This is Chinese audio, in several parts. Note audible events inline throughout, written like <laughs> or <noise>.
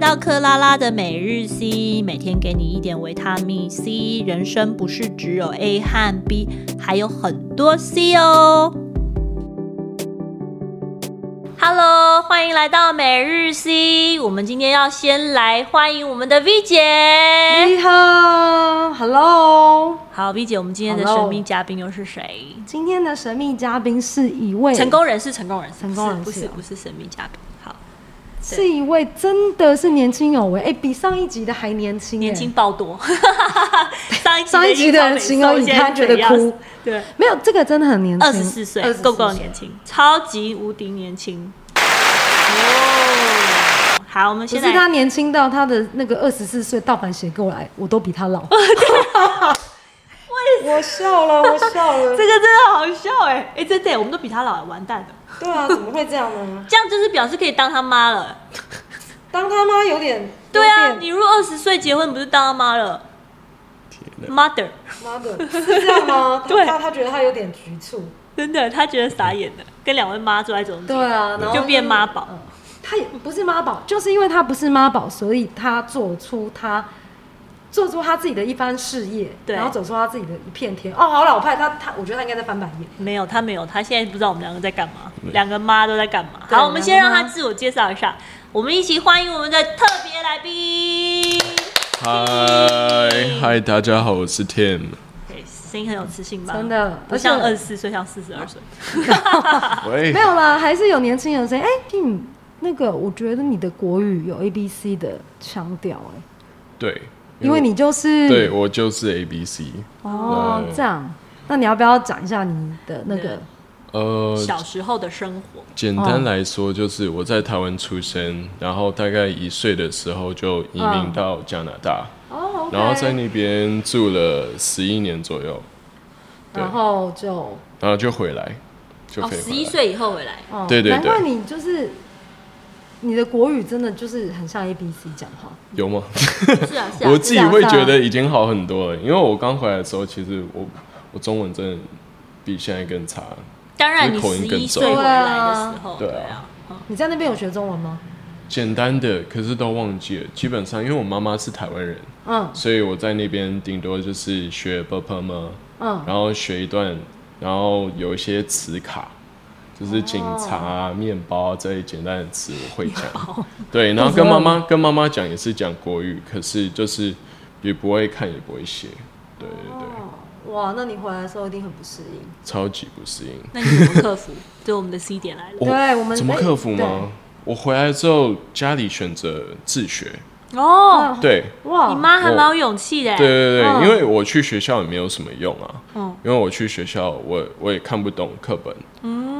到克拉拉的每日 C，每天给你一点维他命 C。人生不是只有 A 和 B，还有很多 C 哦。Hello，欢迎来到每日 C。我们今天要先来欢迎我们的 V 姐。你好，Hello。好，V 姐，我们今天的 Hello 神秘嘉宾又是谁？今天的神秘嘉宾是一位成，功人士，成功人士，成功人士不是哦不是不是神秘嘉宾。好，是一位真的是年轻有为，哎、比上一集的还年轻、年轻哎。爆 <laughs> 多。上一集上一集的人形容你，他觉得哭，对，没有这个真的很年轻，二十四岁24，够够年轻，超级无敌年轻。哦，好，我们不现是在他年轻到他的那个二十四岁盗版写过来，我都比他 <laughs> 老。我笑了，我笑这 <laughs> 了个真的好笑哎、哎、真的、我们都比他老，完蛋了。对啊，怎么会这样呢？这样就是表示可以当他妈了。当他妈有点对啊，你如果二十岁结婚，不是当他妈了？Mother，妈的，是这样吗 <laughs> 对他觉得他有点局促。真的，他觉得傻眼了，跟两位妈坐在中对间，啊，然后就变妈宝。嗯他也不是妈宝，就是因为他不是妈宝，所以他做出他做出他自己的一番事业，对然后走出他自己的一片天。哦，好老派，他他，我觉得他应该在翻白眼。没有，他没有，他现在不知道我们两个在干嘛，两个妈都在干嘛。对好，我们先让两个他妈自我介绍一下，我们一起欢迎我们的特别来宾。嗨嗨，大家好，我是 Tim，对，声音很有磁性吧？真的不像二而且十四岁，像四十二岁。喂没有啦，还是有年轻人说，哎、嗯，那个，我觉得你的国语有 A B C 的腔调，哎，对，因为你就是嗯对我就是 A B C，哦，对这样。那你要不要讲一下你的那对个？呃，小时候的生活，简单来说就是我在台湾出生，然后大概一岁的时候就移民到加拿大，哦，OK 然后在那边住了十一年左右，对然后就然后就回来，就哦，飞十回一来。岁以后回来。哦，对对对难怪你就是你的国语真的就是很像 A B C 讲话，有吗？是啊，是啊。我自己会觉得已经好很多了，因为我刚回来的时候，其实我我中文真的比现在更差。当然，你口十音更一重岁回来的时候，对啊对啊，嗯你在那边有学中文吗？简单的，可是都忘记了。基本上，因为我妈妈是台湾人，嗯所以我在那边顶多就是学 b p m，嗯，然后学一段，然后有一些词卡，就是警察、啊、面包啊这类简单的词我会讲。对，然后跟 <laughs> 妈妈跟妈妈讲也是讲国语，可是就是也不会看也不会写。对对对，哦，哇，那你回来的时候一定很不适应。超级不适应。那你怎么克服？就我们的 C 点来了。我对我们怎么哎克服对吗？我回来之后，家里选择自学。哦，对，哇，你妈还蛮有勇气的。欸对，对对，嗯因为我去学校也没有什么用啊，嗯因为我去学校我我也看不懂课本，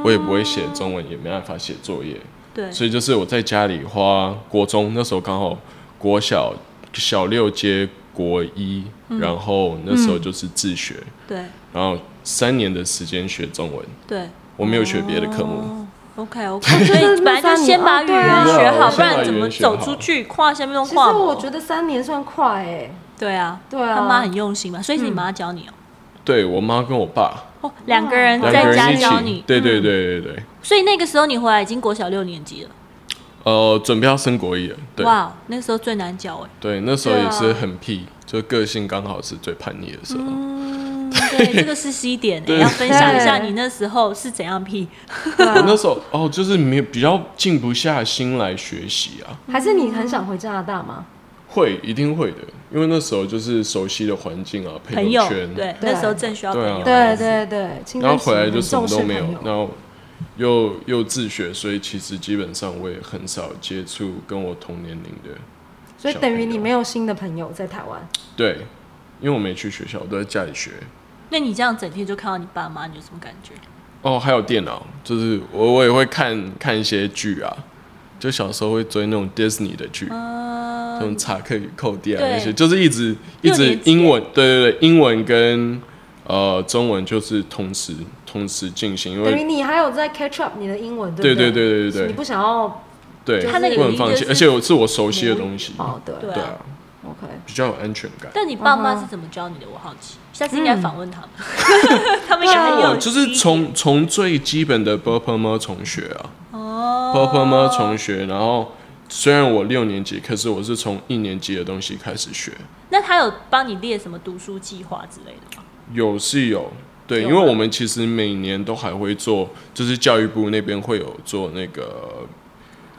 我也不会写中文，也没办法写作业，嗯对，所以就是我在家里花国中那时候刚好国小小六接国一，嗯然后那时候就是自学，对，然后三年的时间学中文，对。我没有学别的科目。哦 OK <laughs> OK，所以那本来就三年先把哦语对言啊学对啊好，我不先把然怎语么言学走好出去？跨下面都其实跨我觉得得三年算快哎、对啊，对啊嗯他妈很用心嘛，所以是你妈教你哦。对我妈跟我爸哦，两个人两个在人家一教起你，，嗯对对对对对，所以那个时候你回来已经国小六年级了。呃，准备要升国一了，对。哇，那时候最难教哎、对，那时候对啊也是很屁，就个性刚好是最叛逆的时候。嗯， <laughs> 对，这个是 C 点、欸，对要分享一下你那时候是怎样屁。对我那啊，时候哦，就是没有比较静不下心来学习啊，还是你很想回加拿大吗？会一定会的，因为那时候就是熟悉的环境啊，朋友友，圈，对，对那时候正需要朋对啊友。对对对，青然后春期回来就很什重么视都没朋有友，然后又又自学，所以其实基本上我也很少接触跟我同年龄的，所以小等于朋你友没有新的朋友在台湾。对，因为我没去学校，我都在家里学。那你这样整天就看到你爸妈，你有什么感觉？哦，还有电脑，就是我我也会看看一些剧啊，就小时候会追那种 Disney 的剧，呃嗯、那种查克与寇蒂啊对那些，就是一直一六直年级英文，对对对，英文跟呃中文就是同时同时进行，因等于为你还有在 catch up 你的英文，对不对对对对你对不想要对，就是它那个不语能音放弃，就是而且我是我熟悉的东西，哦，对对对啊， ，OK，比较有安全感。但你爸妈是怎么教你的？我好奇，嗯下次应该访问他们， <laughs> 他们应该很有 C 哦，就是从从最基本的 b u r p l e 重学啊哦 b u r p l e 重学，然后虽然我六年级，可是我是从一年级的东西开始学，那他有帮你列什么读书计划之类的吗？有是有，对，有因为我们其实每年都还会做，就是教育部那边会有做那个，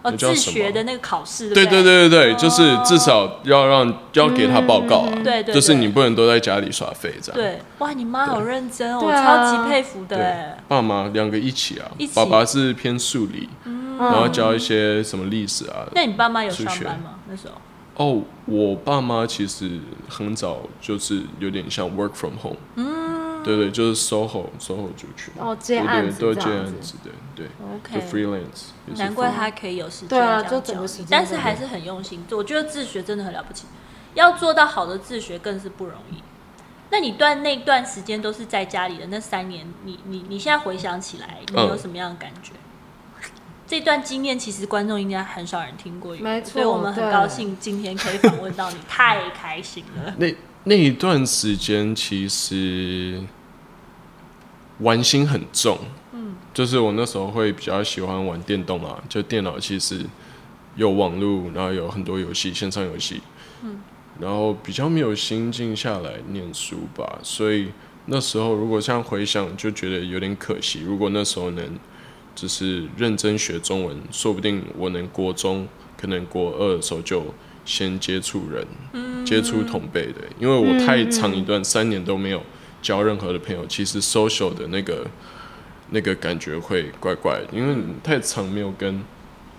哦，那叫自什么学的那个考试，对不对对对对对，就是哦嗯至少要让要给他报告啊，对对就是对你不能都在家里耍废这样。对，哇，你妈好认真哦，我对啊超级佩服的对哎。，爸妈两个一起啊，一起爸爸是偏数理，然后嗯教一些什么历史啊。那你爸妈有数上学班吗？那时候哦，我爸妈其实很早就是有点像 work from home，嗯，对对，就是 SOHO SOHO 族群，哦接对案对，子都这接样案子子，对对，就，OK。 freelance，也是难怪 freelance 他可以有时间对啊这样就整个教时你间但都是有还是很用心做。我觉得自学真的很了不起，要做到好的自学更是不容易。那你段那段时间都是在家里的那三年，你你你现在回想起来，你嗯有什么样的感觉？这段经验其实观众应该很少人听过，没错所以我们很对高兴今天可以访问到你，太开心了。那那一段时间其实玩心很重，嗯，就是我那时候会比较喜欢玩电动啊，就电脑其实有网络，然后有很多游戏，线上游戏，嗯，然后比较没有心静下来念书吧，所以那时候如果像回想，就觉得有点可惜。如果那时候能就是认真学中文，说不定我能国中，可能国二的时候就先接触人，接触同辈的，因为我太长一段、三年都没有交任何的朋嗯友，其实 social 的那个那个感觉会怪怪的，因为你太长没有跟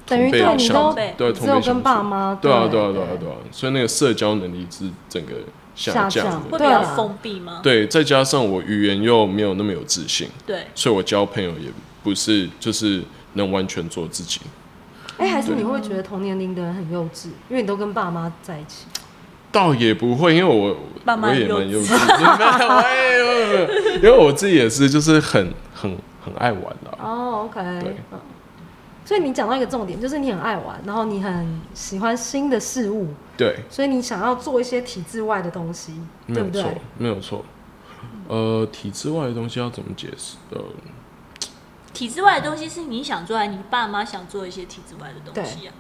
等于同辈对有你相都处辈对只同有辈跟相爸处，妈，对啊对啊对啊对啊，所以那个社交能力是整个下下降降会比较的。对啊封闭吗？对，再加上我语言又没有那么有自信，对，所以我交朋友也不是就是能完全做自己。哎、还是你会觉得同年龄的人很幼稚，因为你都跟爸妈在一起。倒也不会，因为我爸妈我很也幼蛮幼稚稚 <laughs> 的，我也没有没有没有因为我自己也是，就是很很很爱玩啊的、哦，OK、o 对 k 所以你讲到一个重点，就是你很爱玩，然后你很喜欢新的事物，对，所以你想要做一些体制外的东西，没对有不对错？，没有错。呃，体制外的东西要怎么解释？呃，体制外的东西是你想做，还是你爸妈想做一些体制外的东西啊？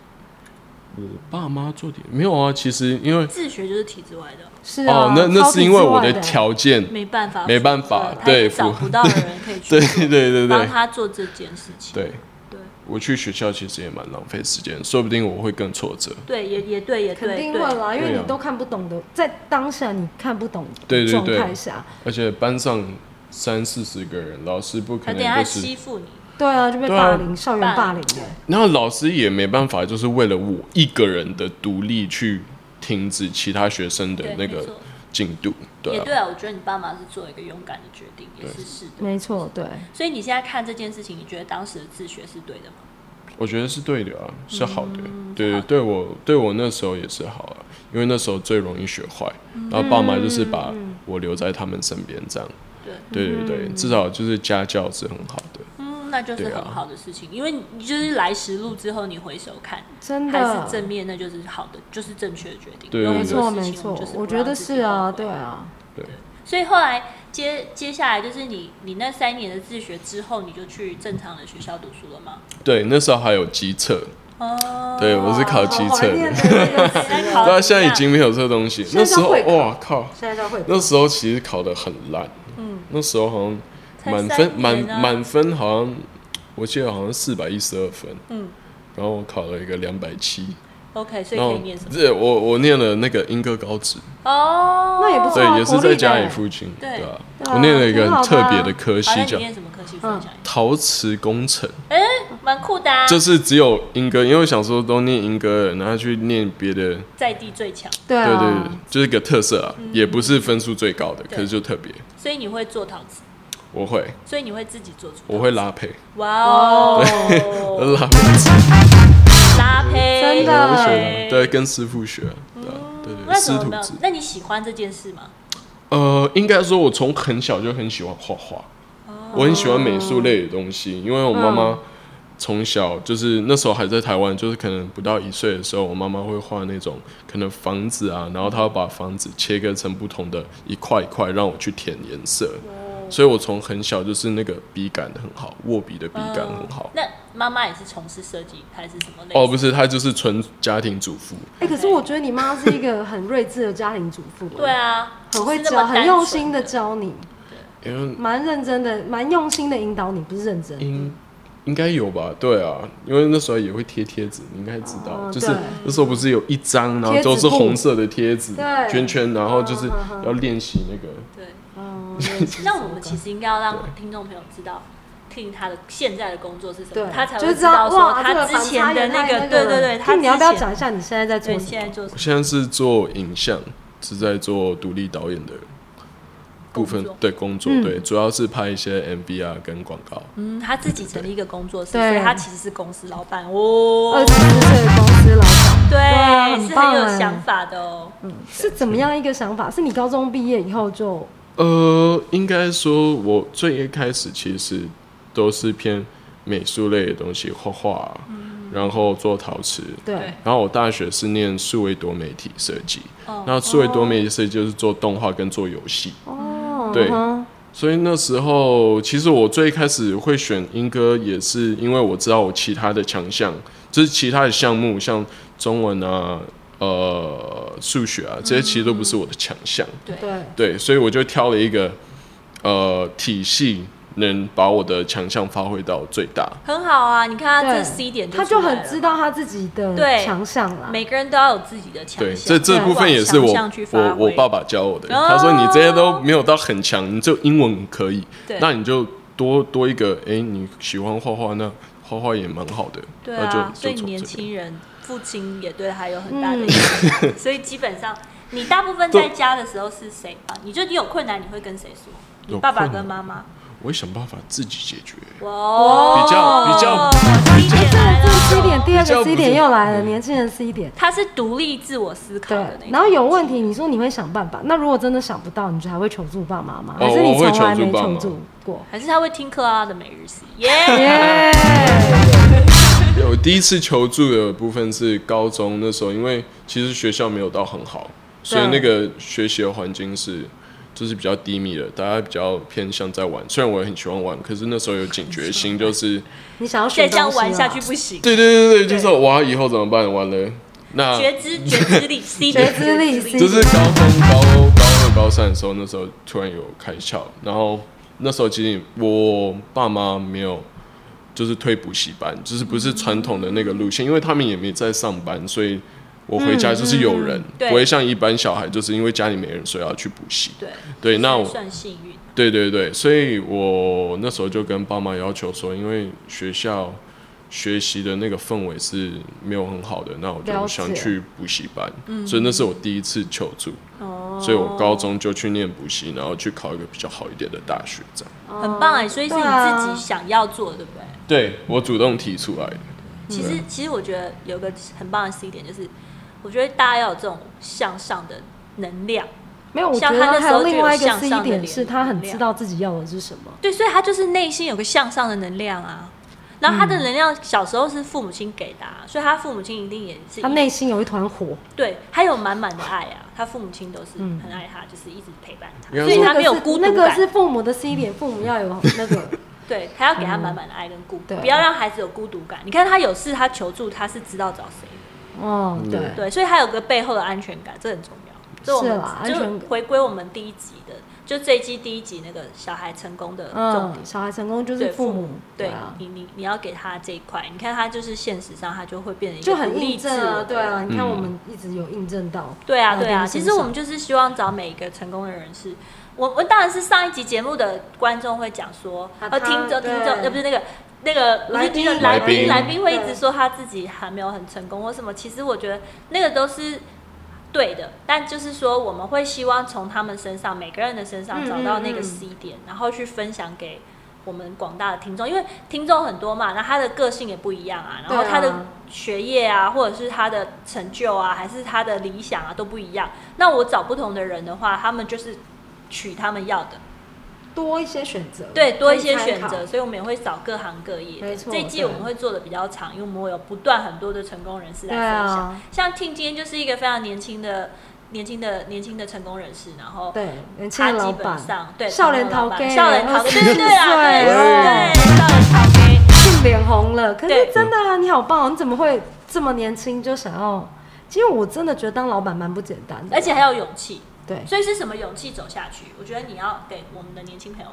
我爸妈做点没有啊，其实因为自学就是体制外的，是啊，哦，那那超是体因为制我外的的条件，没办法，没办法他对找符不到的人可 <laughs> 以去对对对帮对他做这件事情。对，对我去学校其实也蛮浪费时间，说不定我会更挫折。对，也也对，也对，肯定会对啦，因为对啊你都看不懂的，在当下你看不懂对的对状对态下，而且班上三四十个人，老师不可他能等一下都是欺负你，对啊，就被对啊霸凌，校园霸凌的，然后老师也没办法，就是为了我一个人的独立去停止其他学生的对，那没个错进度，对也啊，对啊。我觉得你爸妈是做一个勇敢的决定，也是是的。没错，对，所以你现在看这件事情，你觉得当时的自学是对的吗？我觉得是对的啊，是好的，对啊对我对我那时候也是好啊，因为那时候最容易学坏，然后爸妈就是把我留在他们身边这样，对对对对，至少就是家教是很好的，嗯，那就是对啊很好的事情，因为你就是来时路之后，你回首看，真还的是，正面，那就是好的，就是正确的决定。对有对没很错多没事情错们就，是我不觉让得自己是啊，后悔对。啊，所以后来接接下来就是你你那三年的自学之后，你就去正常的学校读书了吗？对，那时候还有机测，哦，对我是考机哦好测怀念的，的那个词 <laughs> 在哦考对啊，现在已经没有这东西，现在那时候会考哇靠，现在叫会那时候其实考得很烂，嗯，那时候好像才满三分满年啊满分好像我记得好像四百一十二分，嗯，然后我考了一个两百七， OK，所以然可后以念什么？这我我念了那个英歌高职，哦，那也不错对啊，也是国在立家的里附近，对对啊，对啊我念了一个挺好很的特啊别的科好，那系你叫念什么科系分享一下？陶瓷工程，哎，嗯蛮酷的啊，就是只有英歌，因为我想说都念英歌了，然后去念别的，在地最强，对对对啊对，，就是个特色啊，也不是分数最高的，可嗯对是就特别，所以你会做陶瓷，我会所以你会自己做出，我会，拉胚，哇哦，拉胚。拉胚，真的我对学，啊对，跟师傅学，对啊对对，哦那怎师么徒没有制。那你喜欢这件事吗？呃，应该说，我从很小就很喜欢画画，我很喜欢美术类的东西，因为我妈妈从小就是那时候还在台湾，就是可能不到一岁的时候，我妈妈会画那种可能房子啊，然后她会把房子切割成不同的一块一块，让我去填颜色。所以我从很小就是那个笔感很好，握笔的笔感很好。那妈妈也是从事设计还是什么类哦，似不是，她就是纯家庭主妇。哎、可是我觉得你妈是一个很睿智的家庭主妇，欸对，啊，很会是那么教，很单用纯心的的教你，因为蛮认真的，蛮用心的引导你，不是认真。应应该有吧？对啊，因为那时候也会贴贴纸，你应该知道，哦就是对那时候不是有一张，贴然后纸都是布红色的贴纸对圈圈，然后就是嗯嗯嗯要练习那个。对。嗯 <laughs> 哦，练习那我们其手实应该要对让听众朋友知道。听他的现在的工作是什工么，对，他才就会知道说哇，这他个之反前差的原来那那个，对对对，他那你要不要之前讲一下你现在在做对什现么？在做什我么？现在是做影像，是在做独立导演的部分工作对工作，嗯对，主要是拍一些 MV 啊跟广告。嗯，他自己成立一个工作室，对所以他其实是公司老板哦二，十四岁的公司老板啊对，很是棒很有哎想法的哦。是怎么样一个想法？是你高中毕业以后就呃，应该说，我最一开始其实都是偏美术类的东西，画画，啊嗯然后做陶瓷。对对然后我大学是念数位多媒体设计，哦那数位多媒体设计就是做动画跟做游戏。哦，对嗯所以那时候，其实我最开始会选英歌，也是因为我知道我其他的强项，就是其他的项目，像中文啊、呃、数学啊，这些其实都不是我的强项。哼对，对，所以我就挑了一个呃体系，能把我的强项发挥到最大。很好啊，你看他对这 C 点就他就出来很了知道他自己的对强项啦。每个人都要有自己的强项，对，这这部分也是往我强项去发我我挥爸爸教我的。哦他说你这些都没有到很强，你就英文可以对，那你就多多一个，哎，你喜欢画画，那画画也蛮好的。对那就啊，所以就从年这嗯边。轻人父亲也对他有很大的影响， <laughs> 所以基本上你大部分对在家的时候是谁啊？你就你有困难你会跟谁说？你有爸爸困跟难妈妈。我会想办法自己解决。哇哇哦，比较比较比较这个 C 点，第二比较个 C 不是点又来了，年轻人 C 点。他是独立自我思考对的那，种。然后有问题，你说你会想办法。那如果真的想不到，你就还会求助爸妈吗？哦还是你我会从来求助没爸求妈助过？ <laughs> 还是他会听克拉拉的每日 C 耶、 <laughs> 耶，有第一次求助的部分是高中那时候，因为其实学校没有到很好，所啊以那个学习的环境是就是比较低迷的，大家比较偏向在玩。虽然我也很喜欢玩，可是那时候有警觉心，就是你想要学再这样东西啊玩下啦去不行。对对对对，就是哇，以后怎么办？完了，那觉知觉知 <laughs> 力 C 觉点知力 C 就是高中高高二高三的时候，那时候突然有开窍，然后那时候其实我爸妈没有。就是推补习班，就是不是传统的那个路线，因为他们也没在上班，所以我回家就是有人，对不会像一般小孩，就是因为家里没人，所以要去补习。对对，那我算幸运。对对对，所以我那时候就跟爸妈要求说，因为学校学习的那个氛围是没有很好的，那我了就解想去补习班，所以那是我第一次求助，哦所以我高中就去念补习，然后去考一个比较好一点的大学，这样。很棒哎，所以是你自己己。想要做，对不对？对我主动提出来的，其嗯实，其实我觉得有个很棒的 C 点就是，我觉得大家要有这种向上的能量。没有，我觉像得他那还时有候就另有外一个向 C 上的点脸是他很能量啊知道自己要的是什么。对，所以他就是内心有个向上的能量啊。然后他的能量小时候是父母亲给的、啊，所以他父母亲一定也是他内心有一团火，对，他有满满的爱啊。他父母亲都是很爱他，就是一直陪伴他，应该所以说他没有嗯那个是孤独那感。个是父母的 C 点，父母要 <laughs> 有那个对，还要给他满满的爱跟顾，嗯对不要让孩子有孤独感。你看他有事他求助，他是知道找谁的。哦，对，嗯对，所以他有个背后的安全感，这很重要。这我是们啦安全就感回归我们第一集的，就这一季第一集那个小孩成功的重嗯点，，小孩成功就是对父母，对啊，你你你要给他这一块，你看他就是现实上他就会变成一就个独很立印自证我啊，的对啊，人你嗯看我们一直有印证到，对啊，老对啊。公其身实我上们就是希望找每一个成功的人是，我我当然是上一集节目的观众会讲说，呃，啊他听众听对众呃不是那个那个来宾不是来来宾来宾会一对直说他自己还没有很成功或什么，其实我觉得那个都是。对的，但就是说，我们会希望从他们身上，每个人的身上嗯找到那嗯个嗯 C 点，然后去分享给我们广大的听众，因为听众很多嘛，那他的个性也不一样啊，然后对啊他的学业啊，或者是他的成就啊，还是他的理想啊，都不一样。那我找不同的人的话，他们就是取他们要的，多一些选择，对，多一些可以参选考择，，所以我们也会找各行各业的。没错这一季对我们会做的比较长，因为我们会有不断很多的成功人士来对分享。啊，像听今天就是一个非常年轻的、年轻的、年轻的成功人士，然后对，年轻他的基老本板，上对少年老头板家少年二淘十对对对啊，四岁对对哦对，少年淘 K。性脸红了，可是对真的啊，你好棒哦，你怎么会这么年轻就想要？其实我真的觉得当老板蛮不简单的，而且还要有勇气。对，所以是什么勇气走下去？我觉得你要给我们的年轻朋友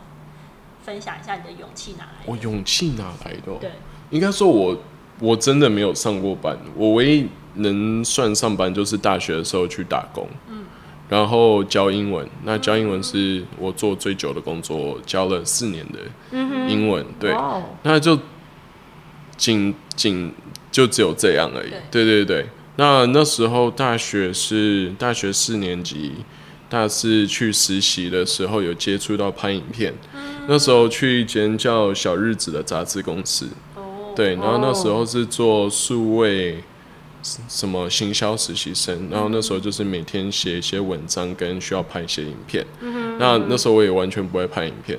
分享一下你的勇气哪来我的。哦勇气哪来的哦？对，应该说我我真的没有上过班，我唯一能算上班就是大学的时候去打工，嗯，然后教英文。那教英文是我做最久的工作，我教了四年的英文，对，嗯哇哦那就仅仅就只有这样而已。对对对，那那时候大学是大学四年级，大四去实习的时候有接触到拍影片，那时候去一间叫《小日子》的杂志公司，哦，对，然后那哦时候是做数位什什么行销实习生，然后那时候就是每天写一些文章，跟需要拍一些影片。嗯那那时候我也完全不会拍影片，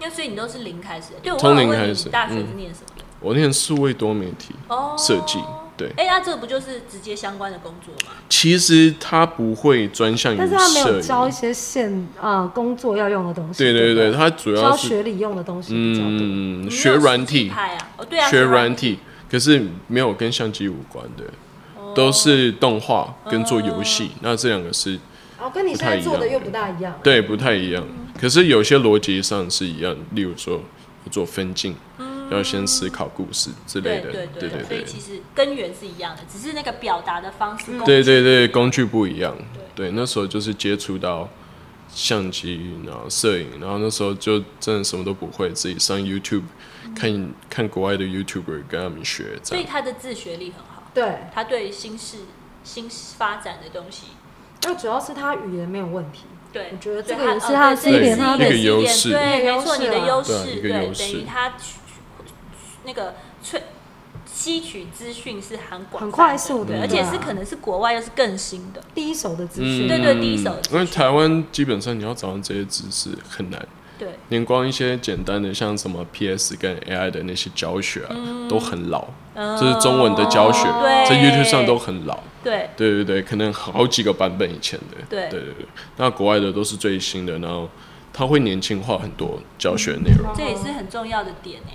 那所以你都是零开始的，对我从忘了零问开你始大学是嗯念什么的？我念数位多媒体哦，设计。对，哎、那这不就是直接相关的工作吗？其实他不会专项于但是他没有教摄一影，些现啊、工作要用的东西，对对对对，吧，他主教要是学理用的东西比较多。嗯你没有学软实际体，派啊，哦对啊，学软软体，可是没有跟相机无关的，哦都是动画跟做游戏，嗯那这两个是哦，跟你现在做的又不大一样。对，不太一样。可是有些逻辑上是一样，例如说要做分镜，要先思考故事之类嗯对的。对对对所以其实根源是一样的，只是那个表达的方嗯式。工对具对对，工具不一样。对，那时候就是接触到相机，然后摄影，然后那时候就真的什么都不会，自己上 YouTube 嗯看看国外的 YouTuber 跟他们学这所以样。他的自学力很好，对，他对新事新发展的东西，那主要是他语言没有问题。对，我觉得这所以个哦也是他的对这一也点是他的一一个优势对，对没错，优势你的啊优对啊势，一个对，优势等于他去那个萃吸取资讯是很广，很快速的对，嗯而且对啊是可能是国外又是更新的，第一手的资嗯讯，对对第一手的因为台湾基本上你要找到这些知识很难，对，连光一些简单的像什么 PS 跟 AI 的那些教学啊，都很老。哦嗯这是中文的教学，哦对在 YouTube 上都很老。对对对对，可能好几个版本以前的。对对对对，那国外的都是最新的，然后它会年轻化很多教学内容。这也是很重要的点哎、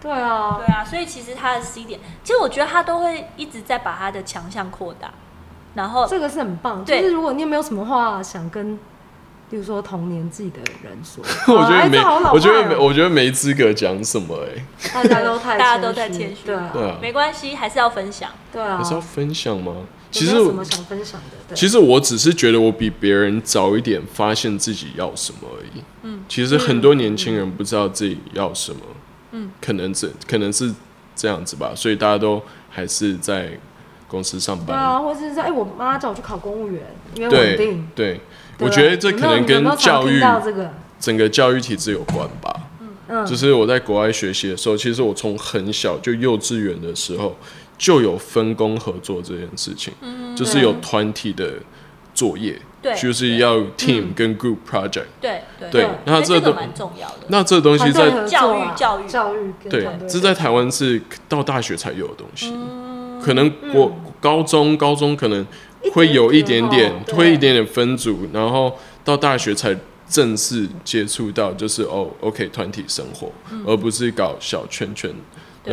对啊对，啊，所以其实他的 C 点，其实我觉得他都会一直在把他的强项扩大，然后这个是很棒。就哦对是如果你有没有什么话想跟，比如说同年纪的人说， <laughs> 我觉哎得没这好，老我觉得派没，哦我觉得没资格讲什么哎、大家都太大家都太谦虚对啊对啊，没关系，还是要分享。对啊还。是要分享吗？有其没实有我什么想分享的？对其实我只是觉得我比别人早一点发现自己要什么而已。嗯，其实很多年轻人不知道自己要什么。嗯，可能这可能是这样子吧，所以大家都还是在公司上对班。啊，或者是说，哎，我妈叫我去考公务员，因为稳对定。对，对我啊觉得这有可没有能有跟没有常教听育到这个，整个教育体制有关吧。嗯就是我在国外学习的时候，其实我从很小就幼稚园的时候就有分工合作这件事情，嗯就是有团体的作业，对就是要嗯 team 跟 group project。对对对对，那所以这个都蛮重要的。那这东西团队在合教作育啊教育教育跟对团队，嗯这在台湾是到大学才有的东西，可能嗯我高中高中可能会有一点一点点点哦，对会一点点分组，然后到大学才正式接触到，就是哦，OK 团体生活，而不是搞小圈圈那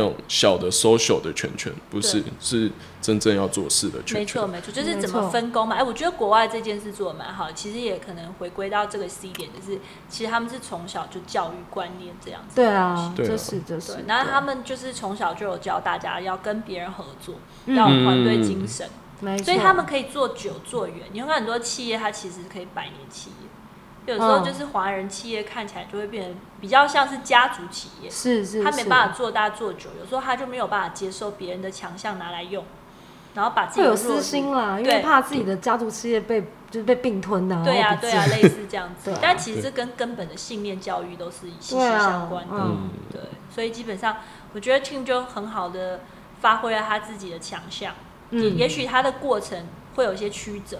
嗯对种小的 social 的圈圈，不是对是真正要做事的圈没圈错。没错，就是没怎么错分工嘛。哎，我觉得国外这件事做的蛮好，其实也可能回归到这个 C 点，就是其实他们是从小就教育观念这样子。对啊，对啊这是这是对，，然后他们就是从小就有教大家要跟别人合作，要有团队精神，嗯嗯没错所以他们可以做久做远。你看很多企业，它其实可以百年企业，有时候嗯就是华人企业看起来就会变得比较像是家族企业，是是，他没是办法做大做久，有时候他就没有办法接受别人的强项拿来用，然后把自己会有的弱私心啦，因对为怕自己的家族企业被就是被并吞呐，对呀呀、对呀、类似这样子 <laughs> 对啊。但其实这跟根本的信念教育都是息息对啊相关的。嗯对，所以基本上我觉得 Tim 就很好的发挥了他自己的强项。嗯，也许他的过程会有一些曲折，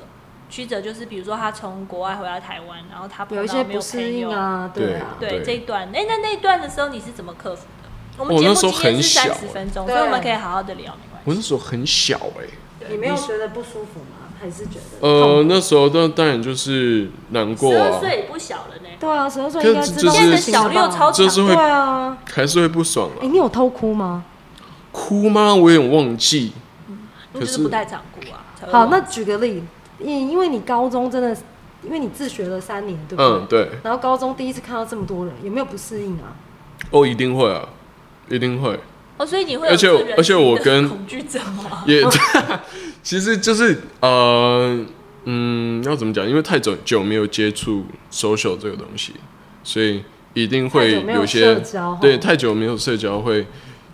曲折就是比如说他从国外回到台湾，然后他碰到有一些没不有适朋应友。啊，对啊，对对这一段，哎、那那一段的时候你是怎么克服的？我们哦节目那时候今天很是三小欸十分钟，对啊所以我们可以好好的聊，没关系。我那时候很小哎、你没有觉得不舒服吗？还是觉得呃痛，苦那时候当当然就是难过、十二啊，岁也不小了呢，对啊，十二岁应该可是知道就是现在的事情了小吧六超强就是的，会对啊，还是会不爽哎，了。你有偷哭吗？哭吗？我有点忘记。你就是不带长姑啊。才会好，忘那举个例，因因为你高中真的，因为你自学了三年，对不对？嗯，对，然后高中第一次看到这么多人，有没有不适应啊？哦，一定会啊，一定会。哦，所以你会有而且我这人而且性我的跟恐惧症吗？也，其实就是呃，嗯，要怎么讲？因为太久久没有接触 social 这个东西，所以一定会太久没有一些社交哦对太久没有社交会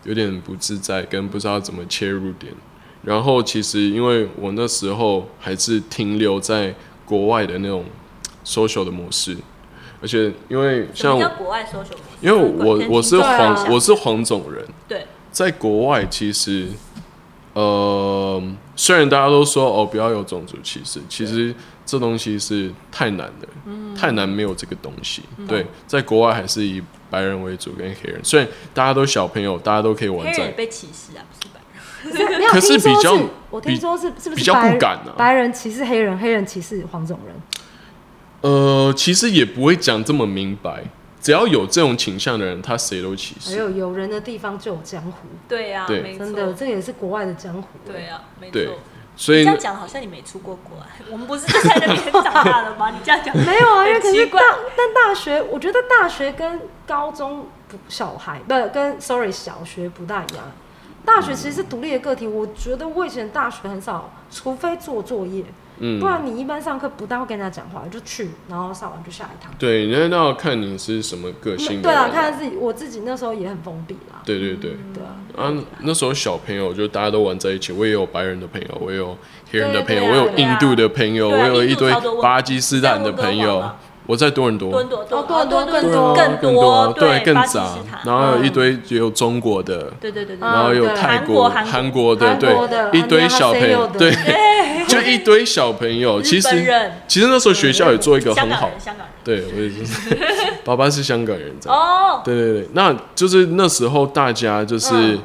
有点不自在，跟不知道怎么切入点。然后其实因为我那时候还是停留在国外的那种 social 的模式，而且因为什 <laughs> 像么叫我，国外 social？因为我我是对啊黄、我是黄种人。对，在国外其实，呃，虽然大家都说哦不要有种族歧视，其实这东西是太难了，嗯太难没有这个东西。对，在国外还是以白人为主跟黑人，虽然大家都小朋友，大家都可以黑玩人也在，被歧视啊，不是白人。可是没有可是听说比较我听比说是是不比是较白不人敢啊。白人歧视黑人，黑人歧视黄种人？呃，其实也不会讲这么明白，只要有这种倾向的人，他谁都歧还哎视。有有人的地方就有江湖，对呀，对没真的，错，这也是国外的江湖。对呀，没对错。所你以这样讲好像你没出过国啊， <laughs> 我们不是就在那边长大的吗？你这样 <laughs> 讲 <laughs> 没有啊，因为很可奇是大怪但大学，我觉得大学跟高中不小孩不跟 sorry 小学不大一样。大学其实是独立的个体，我觉得我以前大学很少，除非做作业，嗯不，然你一般上课不大会跟人家讲话，就去，然后上完就下一堂。对，那那要看你是什么个性的对嗯啊，人。看来自己，我自己那时候也很封闭啦。对对对。对啊，啊，那时候小朋友就大家都玩在一起，我也有白人的朋友，我也有黑人的朋友，对我对啊有印度的朋友，对啊我有一印堆度超多巴基斯坦的朋在温哥华友吧，我在多伦多，多伦多，哦多伦多多伦更多多更对啊更多，对，更巴基杂斯，坦嗯然后有一堆也有中国的，对对啊对对，然后有对泰国、韩国啊韩国的，韩对国的，一堆小朋友安，妮哈塞对 <laughs> <laughs> 佑，就一堆小朋友。其日实本人其实那时候学校也做一个香很港好人，，香港人对我也是， <laughs> 爸爸是香港人，这样。哦，对对对，那就是那时候大家就是嗯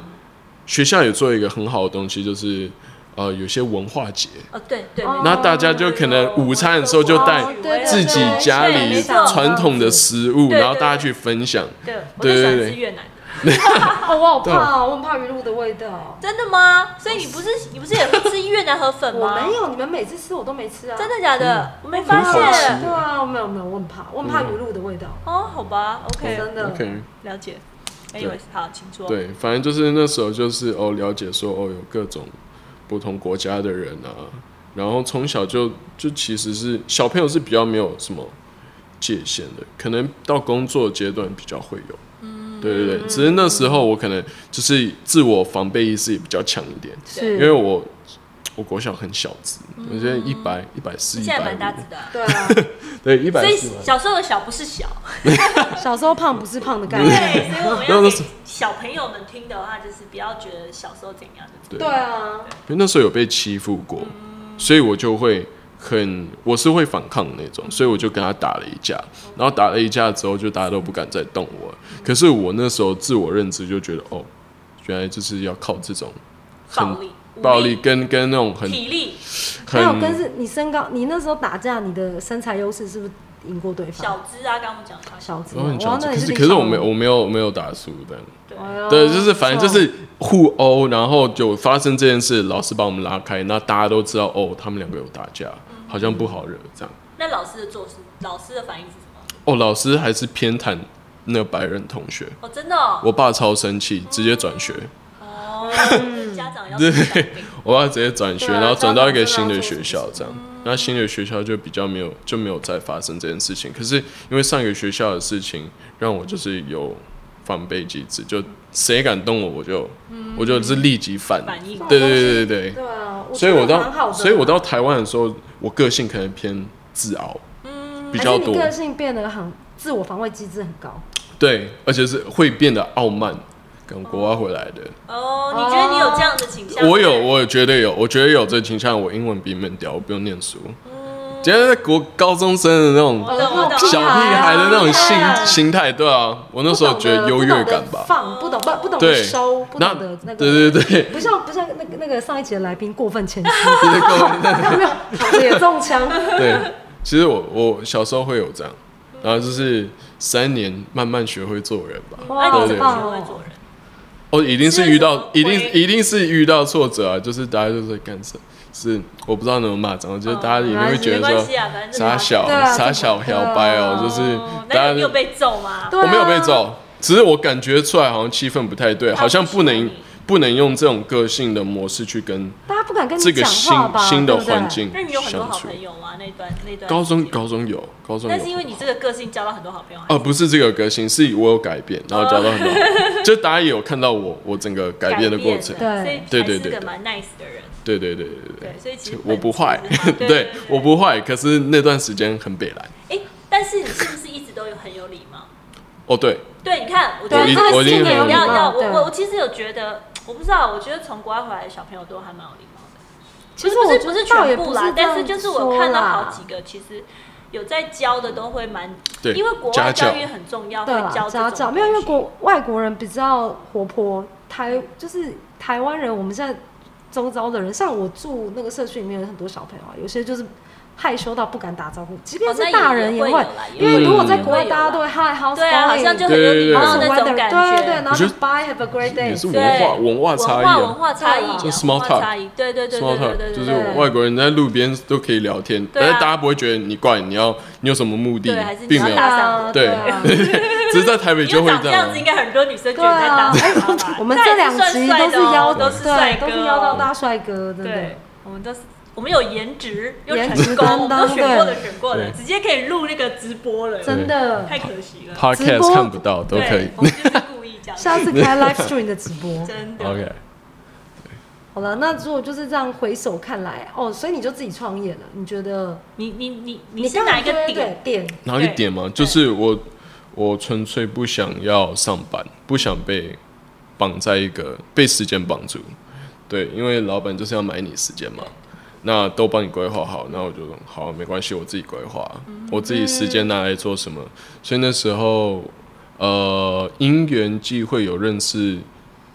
学校有做一个很好的东西，就是呃有些文化节，哦对对，哦那大家就可能午餐的时候就带哦对对自己对家对里没错传统的食物，对然后大家去分享。对，我对最喜欢对对吃越南的。哦，我好对怕哦，我很怕鱼露的味道。真的吗？所以你不是你不是也会吃越南河粉我吗？没，有，你们每次吃我都没吃啊。真的假的？我没很发好现吃嗯对啊，没有没有，我很怕，我很怕鱼露的味道，哦，好吧，OK，真的。 OK，了解。Anyways，好，请说。对，反正就是那时候就是哦了解说哦有各种不同国家的人啊，然后从小就就其实是小朋友是比较没有什么界限的，可能到工作阶段比较会有。嗯对对对，只是那时候我可能就是自我防备意识也比较强一点，是，因为我我国小很小只，我觉得一百一百四你一现在百蛮大只五，的啊，对啊， <laughs> 对一百所以四。小时候的小不是小，小时候胖不是胖的概对，念。 <laughs> 所以我们那要那是给小朋友们听的话，就是不要觉得小时候怎样就怎样。对对啊，因为那时候有被欺负过，所以我就会很，我是会反抗的那种，所以我就跟他打了一架，然后打了一架之后，就大家都不敢再动我了。可是我那时候自我认知就觉得，哦，原来就是要靠这种很暴力、武暴力跟跟那种很体力、还有跟很是你身高，你那时候打架，你的身材优势是不是赢过对方？小只啊，刚刚我们讲到小子，我很哇强，那可你是挺可是小我的没有我没有我没有打输的，对，哎呦对，就是反正就不是互殴，然后就发生这件事，老师把我们拉开，那大家都知道哦，他们两个有打架，好像不好惹这样。那老师的做事，老师的反应是什么？哦，老师还是偏袒那白人同学，哦，真的哦，我爸超生气，直接转学， <laughs> 哦，家长要是反应我爸直接转学，对啊然后转到一个新的学校，这样，那新的学校就比较没有就没有再发生这件事情。可是因为上一个学校的事情，让我就是有防备机制，就谁敢动我，我就我就是立即反，反应对对对对对错。嗯对啊，所以觉我得蛮好到的所以我到台湾的时候，我个性可能偏自傲，比嗯还较是你多，个性变得很自我防卫机制很高，对，而且是会变得傲慢。跟国外回来的，哦，你觉得你有这样的倾向？我有，我有绝对有，我觉得有这倾向。我英文比你们屌，我不用念书。嗯觉得国高中生的那种哦我懂我懂小屁孩的那种心对哦啊心态，对啊，我那不时候懂觉得得优越不感懂得吧。放不懂不不懂得对收，不那懂得那个，对对对，不像不像那个那个上一集的来宾过分谦虚， <laughs> 就是各位有没有？躺着也中枪，哎对，其实我我小时候会有这样，然后就是三年慢慢学会做人吧。哇，那好啊你怎对么学棒会哦！做人？哦，一定是遇到，这是什一么定鬼一定是遇到挫折啊！就是大家就是干什，是我不知道怎么骂脏话，就是大家一定会哦觉没得关说系啊，反正傻小对啊傻小小白哦，就是大那家你有被揍吗？对啊我没有被揍，只是我感觉出来好像气氛不太对，他好像不喜不欢能你不能用这种个性的模式去跟大家不敢跟你这个讲新话吧？新的对不对环境那你有很多相好处。朋友吗？那段那段高中时间高中有高中有，但是因为你这个个性交到很多好朋友，哦，不是这个个性，是我有改变，然后交哦到很多好朋友，就大家也有看到我我整个改变的过程。了对所以对还对是对个对蛮 nice 的人，对对对对对对，所以其对实，我不坏本质 <laughs> 是，好对对，我。不坏，可是那段时间很北来。哎，但是你是不是一直都有很有礼貌？哦，对，对，你看，我觉对得一这这个我已经信念很有个礼要貌要我对我我其实有觉得，我不知道，我觉得从国外回来的小朋友都还蛮有礼貌的。其实不我是觉不得是倒全也不部这啦样，但是就是我看到好几说啦个，其实有在教的都会蛮，对因为国家外教教育很重要，会对啦教家这教种没有，因东为西国外国人比较活泼，台就是台湾人，我们现在周遭的人，像我住那个社区里面有很多小朋友啊，有些就是害羞到不敢打招呼，即便哦那是大也人也也会有，会啦也因为会如果有在啦国外大家都会 hi how's going，对啊，好像就很对有对礼对貌对那种感对觉，对，然后我就觉 bye have a great 也 day，是对文化文化差文异化文啊。化差异啊，就 small 文化差异，对对对 small 对对 talk 对，对就是对外国人在路边都可以聊天，对啊但是大家不会觉得你怪，你要你有什么目的对还是，你并要没有对。啊，对啊 <laughs> 只是在台北因就为会长 <laughs> 这这样样啊子，应。该很多女生觉得对在啊搭讪他吧 <laughs> 。我们但这也两是算 <laughs> 集帅的都是哦邀都是帅对哥哦，都是邀到大帅哥，真的对。，我们都是我们有颜值，又颜成值功，担我们都当选过的对选过的，对直接可以录那个直播了，真的，太可惜了。直 Podcast 播看不到都对，可以。我们就是故意讲，下次开 live stream 的直播。真的。 OK，好了，那如果就是这样回首看来，哦，所以你就自己创业了？你觉得你你你你是刚刚哪一个觉得点？对点？然后一点嘛，就是我我纯粹不想要上班，不想被绑在一个被时间绑住。对，因为老板就是要买你时间嘛，那都帮你规划好，那我就好没关系，我自己规划，嗯我自己时间拿来做什么。所以那时候，呃，因缘际会有认识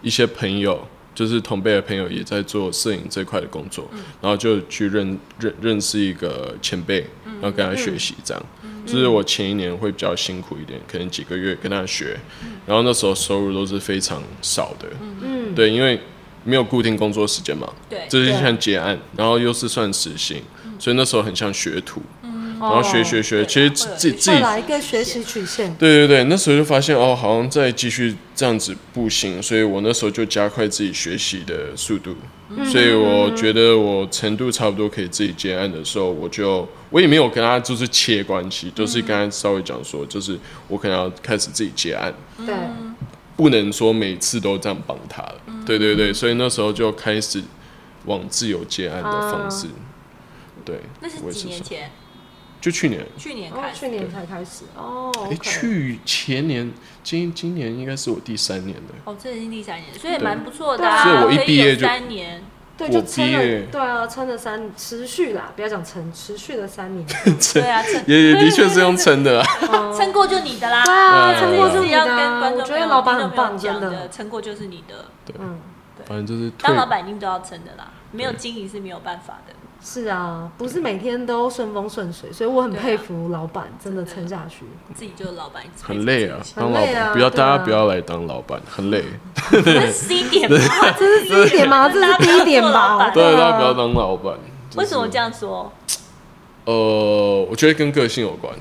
一些朋友，就是同辈的朋友也在做摄影这块的工作，嗯然后就去认认认识一个前辈，嗯然后跟他学习这样。就是我前一年会比较辛苦一点，可能几个月跟他学，嗯然后那时候收入都是非常少的，嗯，对，因为没有固定工作时间嘛，对，嗯这就像结案，然后又是算时薪，所以那时候很像学徒，然后学学学，哦对其实会有自己一自后己哦来一个学习曲线，对对对，那时候就发现哦，好像再继续这样子不行，所以我那时候就加快自己学习的速度。嗯所以我觉得我程度差不多可以自己接案的时候，我就我也没有跟他就是切关系，就是刚才稍微讲说，就是我可能要开始自己接案，对，嗯不能说每次都这样帮他了。对对对，所以那时候就开始往自由接案的方式。对，哦那是我也几年说前，就去年。去年哦开，始去。年才开始哦哎、 ，OK，去前年，今今年应该是我第三年的。哦，这已经第三年，所以对蛮不错的对啊。啊可所以我一毕业有就三 <laughs> 年，对，我就撑毕业了，对啊，撑了三持续啦，不要讲撑，持续了三年， <laughs> 对啊，撑也也的确是用撑的啊啦。哦撑过就你的啦。对啊，对撑过就你要的跟啊，观我众觉朋得友老板听很众朋棒，友真讲的的，，撑过就是你的。嗯， <laughs> 反正就是退当，老板一定都要撑的啦，没有经营是没有办法的。是啊，不是每天都顺风顺水，所以我很对啊佩服老板，真的撑下去。自己就是老板，一直很累啊， <laughs> 当很老累板、啊不要对啊大家不要来当老板，很累。自己。这是 C 点吧？这是第一点吗？这是第一点吧？对，大啊家不要当老板。就是为什么这？样说？呃，我觉得跟个性有关。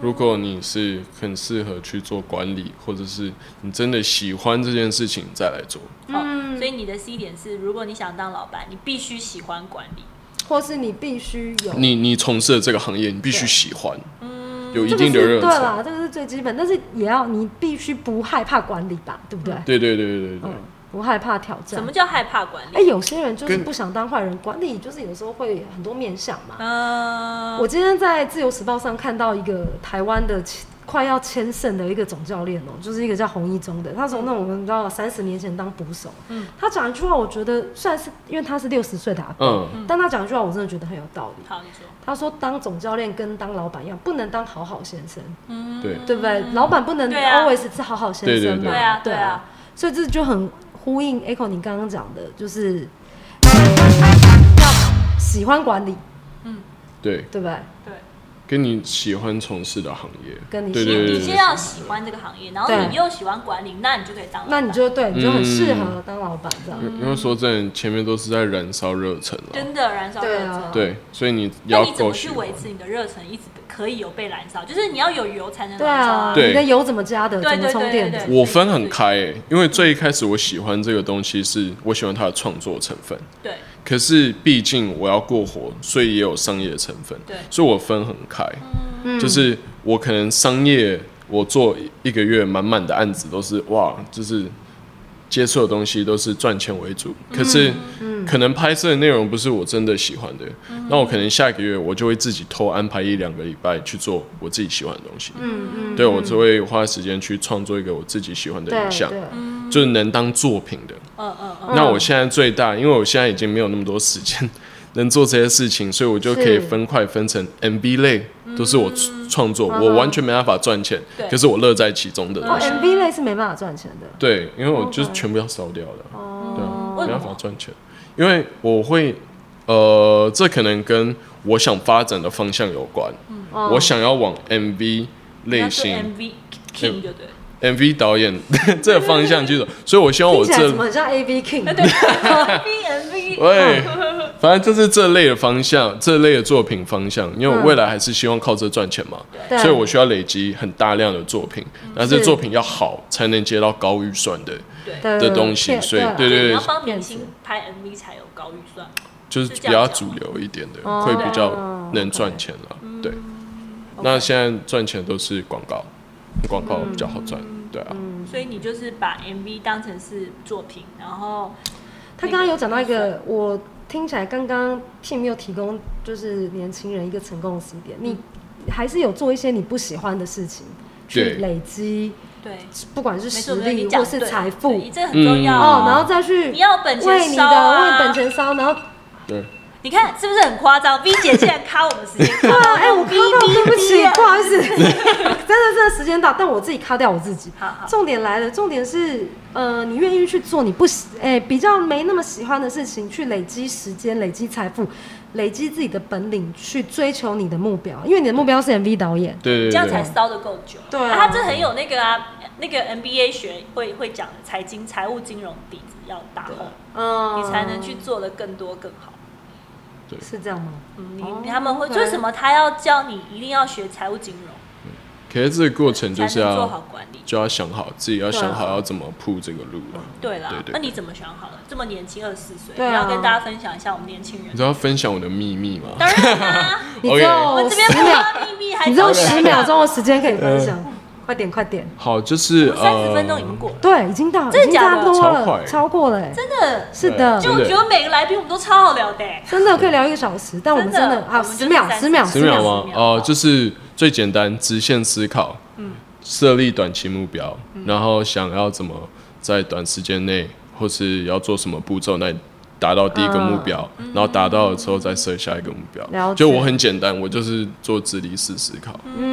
如果你是很适合去做管理，或者是你真的喜欢这件事情，再来做。嗯哦，所以你的 C 点是，如果你想当老板，你必须喜欢管理。或是你必须有你你从事的这个行业，你必须对喜欢，嗯有一这个定是的热对忱。啦，这个是最基本，但是也要你必须不害怕管理吧，对不对？对对对对对对嗯，不害怕挑战。什么？叫害怕管哎、理？有些人就是跟不想当坏人，管理就是有时候会很多面向嘛。嗯，我今天在《自由时报》上看到一个台湾的签快要签胜的一个总教练哦、就是一个叫洪一中的，他从那种你知道三十年前当捕手，嗯他讲一句话，我觉得算是因为他是六十岁的阿伯，嗯，但他讲一句话我真的觉得很有道理。好，你说，他说当总教练跟当老板一样，不能当好好先生。嗯，对对不对？老板不能对啊 always 是好好先对对生嘛，对啊，对对啊，，所以这就很呼应 Echo 你刚刚讲的，就是呃要喜欢管理，对，对不对？对，啊跟你喜欢从事的行业，跟你对喜对欢对对你对先要喜欢这个行业，然后对你又喜欢管理，那你就可以当老那板。你就嗯对，你就很适合当老板这样。嗯因因为说真的，前面都是在燃烧热忱了，真的燃烧热对啊忱。对，所以你那要你怎够么喜去欢维。持你的热忱，一直可以有被燃烧？就是你要有油才能对燃烧啊啊，。对你的油怎么加的？对怎么对充对电对的？对我分很开、欸，因为最一开始我喜欢这个东西，是我喜欢它的创作成分。对可是毕竟我要过活，所以也有商业成分，对所以我分很开，嗯就是我可能商业我做一个月满满的案子都是哇，就是接触的东西都是赚钱为主，可是可能拍摄的内容不是我真的喜欢的，那我可能下个月我就会自己偷安排一两个礼拜去做我自己喜欢的东西，嗯嗯，对我就会花时间去创作一个我自己喜欢的对影像，对，就是能当作品的。嗯嗯嗯，那我现在最大，因为我现在已经没有那么多时间 <laughs> 能做这些事情，所以我就可是以嗯分块分成 MV 类，都是我创创作，我完全没办法赚钱对，可是我乐在其中的哦东西。 ，MV 类是没办法赚钱的。对，因为我就是全部要烧掉的，哦嗯没为什办法么？赚钱，因为我会，呃，这可能跟我想发展的方向有关，哦我想要往 MV 类型、你要做 MV King 就对， MV 导演 <laughs> 这个方向去走，所以我希望我听起来这怎么很像 A V 对 King？对啊 MV MV，喂，反正就是这类的方向，这类的作品方向，因为我未来还是希望靠这赚钱嘛，嗯对所以我需要累积很大量的作品，那这是作品要好才能接到高预算的，对，对啊的东西所以对所对以对你要帮明星拍 MV 才有高预算。就是是比这样较讲主流一点的，哦会比较能赚钱了。哦对，嗯那现在赚钱都是广告，广告比较好赚，对啊，所以你就是把 MV 当成是作品，然后他刚刚有讲到一个，我听起来刚刚 Tim 没有提供，就是年轻人一个成功的起点，你还是有做一些你不喜欢的事情，去对累积，对，不管是没实错，没错力你讲或是对财富对，这个很重要嗯哦，然哦。后再去你要本为钱你烧的为本啊！钱烧，然后对。你看是不是很夸张？V 姐竟然卡我们 <laughs> 时间，啊，哎，我卡到，对不起，啊不好 <laughs> 意思， <laughs> 真的真的时间到，但我自己卡掉我自己。好好重点来了，重点是，呃，你愿意去做你不喜，哎、比较没那么喜欢的事情，去累积时间、累积财富、累积自己的本领，去追求你的目标，因为你的目标是 MV 导演。对对这样对才对，烧的够久。对啊他这很有那个啊，那个 MBA 学会会讲的财经、财务、金融底子要打厚，嗯你才能去做的更多更好。是这样吗？嗯，哦你他们会对为什么他要叫你一定要学财务金融，可是这个过程就是才能做好要管理？就要想好自己要对啊想好要怎么铺这个路了。对啦，对对对那你怎么想好了？这么年轻，二十四岁，对啊你要跟大家分享一下我们年轻人你。知道分享我的秘密吗？当然 <laughs> 啦，你 OK 只我有们这边哦十不秒，挖秘密，还你只有是要十 <laughs> 秒钟的时间可以分享，嗯快点，快点。好，就是讲，三十呃分钟已经过了。对，已经到，真的已经假差的不多超快了，超过了、哎真的，是的，就我觉得每个来宾我们都超好聊的欸。真的可以聊一个小时，但我们真真的的啊，我们就是十秒， 30十秒，十秒秒十吗？秒哦、就是最简单，直线思考，嗯设立短期目标，然后想要怎么在短时间内，或是要做什么步骤来达到第一个目啊标，然后达到了之后再设下一个目标。嗯了解就我很简单，我就是做直立式思考。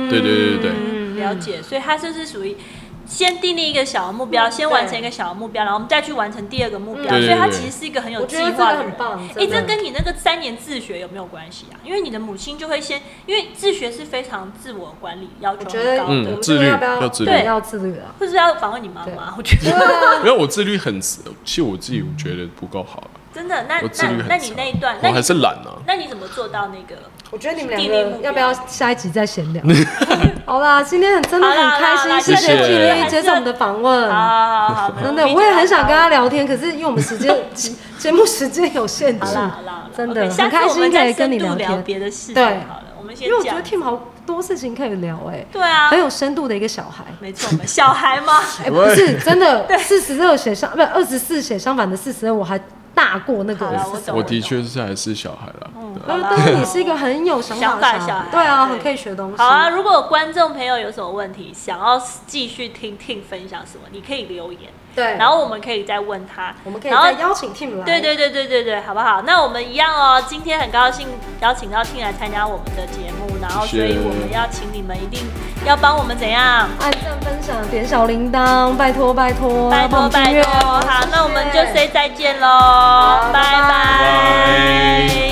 对对对对对，嗯，了解，所以它就是属于先订立一个小的目标，先完成一个小的目标，然后我们再去完成第二个目标，对对所以它嗯对其实是一个很有我计觉得划的这个人很。棒哎、真的这跟你那个三年自学有没有关系啊？因为你的母亲就会先，因为自学是非常自我管理要求我很觉得高嗯的，自律要不要要自律对要自律啊。或是要访问你妈妈，我觉得因为我自律很，其实我自己觉得不够好， <laughs> 啊真的。那我自律那很那你差那一段，那我你还是嗯懒啊。那你怎么做到那个？我觉得你们两两个定立目个标要不要下一集再闲 <laughs> 聊？ <laughs> 好啦，今天很真的好啦很开好啦心，谢谢谢谢剧愿意接受我们的访问好。啊好好 <laughs> 好，真的，我也很想跟他聊天，可是因为我们时 <laughs> 间节节目时间有限好制，啦好啦好啦，真的 OK，下很次开我们心可再以跟你深度聊聊天别的事情对好了，我们先因为我觉讲得。Tim 好多事情可以聊哎，对啊，很有深度的一个小孩。没错，我们小孩 <laughs> 吗？哎，不是真 <laughs> 的，四十二写相不二十四写相反的四十二，我还大过那个好二啦十我四。懂嗯我的确是还是小孩啦，对啊好呃，啦但是你是一个很有想法想法的的小小孩孩，对啊，对很可以学东西。好啊，，如果观众朋友有什么问题，想要继续听 Tim 分享什么，你可以留言，对，然后我们可以再问他，我们可以然后再邀请 Tim 来，对对对对对对，好不好？那我们一样哦。今天很高兴邀请到 Tim 来参加我们的节目，然后谢所谢以我们要请你们一定要帮我们怎样？按赞分享，点小铃铛，拜托拜托，拜托帮我们订拜阅托，哦好谢，谢那我们就 say 再见喽，拜拜拜。拜